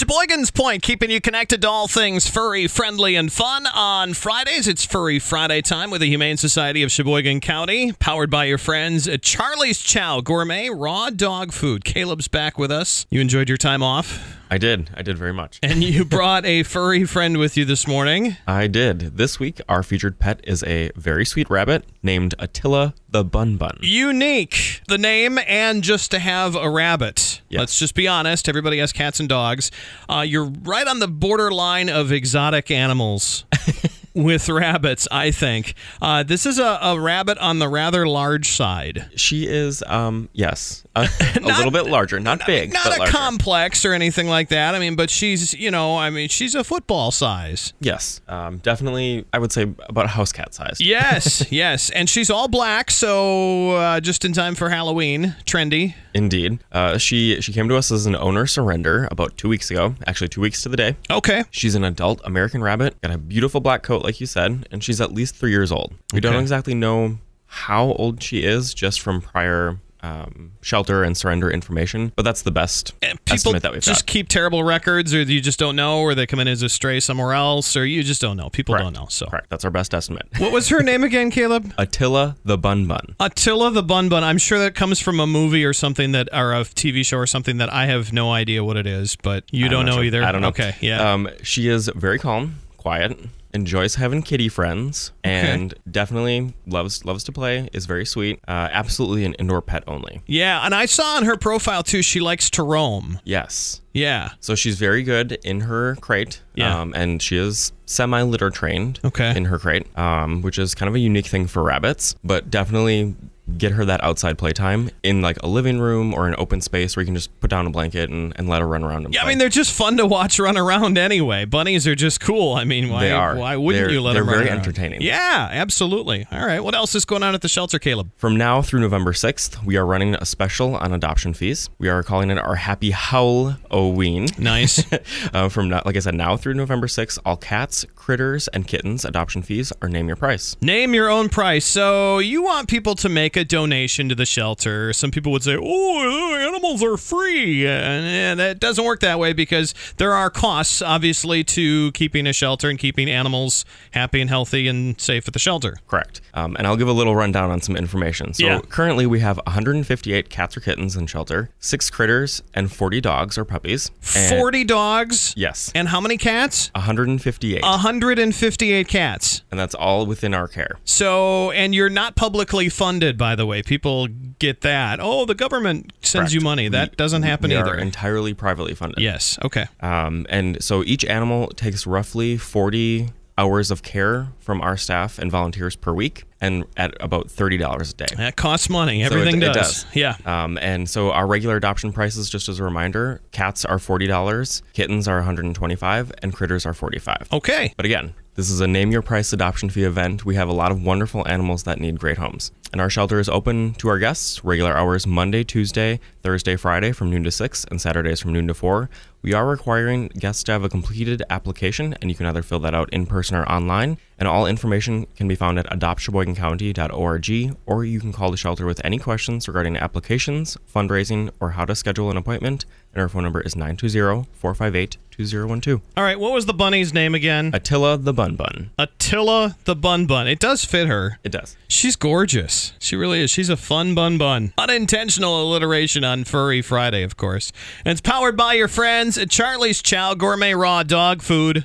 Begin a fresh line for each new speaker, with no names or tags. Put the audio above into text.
Sheboygan's Point, keeping you connected to all things furry, friendly, and fun. On Fridays, it's Furry Friday time with the Humane Society of Sheboygan County, powered by your friends at Charlie's Chow Gourmet Raw Dog Food. Caleb's back with us. You enjoyed your time off,
I did. I did very much.
and you brought a furry friend with you this morning.
I did. This week, our featured pet is a very sweet rabbit named Attila the Bun Bun.
Unique, the name, and just to have a rabbit.
Yes.
Let's just be honest. Everybody has cats and dogs. Uh, you're right on the borderline of exotic animals with rabbits, I think. Uh, this is a, a rabbit on the rather large side.
She is, um, yes, a, a
Not-
little bit larger, not big,
Not
but
a
larger.
complex or anything like that. I mean, but she's, you know, I mean, she's a football size.
yes, um, definitely. I would say about house cat size.
Yes, yes. And she's all black, so uh, just in time for Halloween. Trendy.
Indeed. Uh, she she came to us as an owner surrender about two weeks ago. Actually, two weeks to the day.
Okay.
She's an adult American rabbit, got a beautiful black coat, like you said, and she's at least three years old. We don't
Okay.
exactly know how old she is just from prior um, shelter and surrender information, but that's the best
And Eh, people
estimate that we've
just
got.
keep terrible records, or you just don't know, or they come in as a stray somewhere else, or you just don't know. People
Correct.
don't know. So,
Correct. That's our best estimate.
what was her name again, Caleb?
Attila the Bun Bun.
Attila the Bun Bun. I'm sure that comes from a movie or something that, or a TV show or something that I have no idea what it is, but you don't
I'm not
know
sure.
either.
I don't know.
Okay, yeah.
Um, she is very calm, quiet, enjoys having kitty friends, and definitely loves loves to play. Is very sweet. Uh, absolutely an indoor pet only.
yeah, and I saw on her profile too. She likes to roam.
Yes.
Yeah.
So she's very good in her crate.
Yeah.
Um, and she is semi litter trained
Okay.
in her crate, um, which is kind of a unique thing for rabbits, but definitely get her that outside playtime in like a living room or an open space where you can just put down a blanket and, and let her run around and
Yeah, I
play.
mean they're just fun to watch run around anyway. Bunnies are just cool. I mean, why
They are.
why wouldn't
They're-
you let
they're
them run
very
around?
entertaining.
Yeah, absolutely. All right, what else is going on at the shelter, Caleb?
From now through November 6th, we are running a special on adoption fees. We are calling it our Happy Howl Oween.
Nice.
Uh, from now, like I said, now through November 6th, all cats, critters, and kittens adoption fees are name your price.
Name your own price. So you want people to make a donation to the shelter. Some people would say, "Oh, uh, animals are free," and, and that doesn't work that way because there are costs, obviously, to keeping a shelter and keeping animals happy and healthy and safe at the shelter.
Correct. Um, and I'll give a little rundown on some information. So
Yeah.
currently we have 158 cats or kittens in shelter, six critters, and 40 dogs or puppies. And-
Forty dogs.
Yes.
And how many cats?
158.
Uh, 158 cats.
and that's all within our care.
So, and you're not publicly funded, by the way. People get that. Oh, the government sends
Correct.
you money. That doesn't happen
We
either.
are entirely privately funded.
yes. Okay.
Um, and so each animal takes roughly 40 hours of care from our staff and volunteers per week and at about $30 a day.
That costs money.
So it-
Everything
it
does. Yeah.
Um, and so our regular adoption prices, just as a reminder, cats are forty dollars, kittens are one hundred and twenty-five, and critters are forty-five.
Okay.
But again, this is a name your price adoption fee event. We have a lot of wonderful animals that need great homes. And our shelter is open to our guests, regular hours Monday, Tuesday, Thursday, Friday from noon to 6, and Saturdays from noon to 4. We are requiring guests to have a completed application, and you can either fill that out in person or online. And all information can be found at adoptsheboygancounty.org, or you can call the shelter with any questions regarding applications, fundraising, or how to schedule an appointment. And our phone number is 920 458 2012.
All right. What was the bunny's name again?
Attila the Bun Bun.
Attila the Bun Bun. It does fit her.
It does.
She's gorgeous. She really is. She's a fun bun bun. Unintentional alliteration on Furry Friday, of course. And it's powered by your friends at Charlie's Chow Gourmet Raw Dog Food.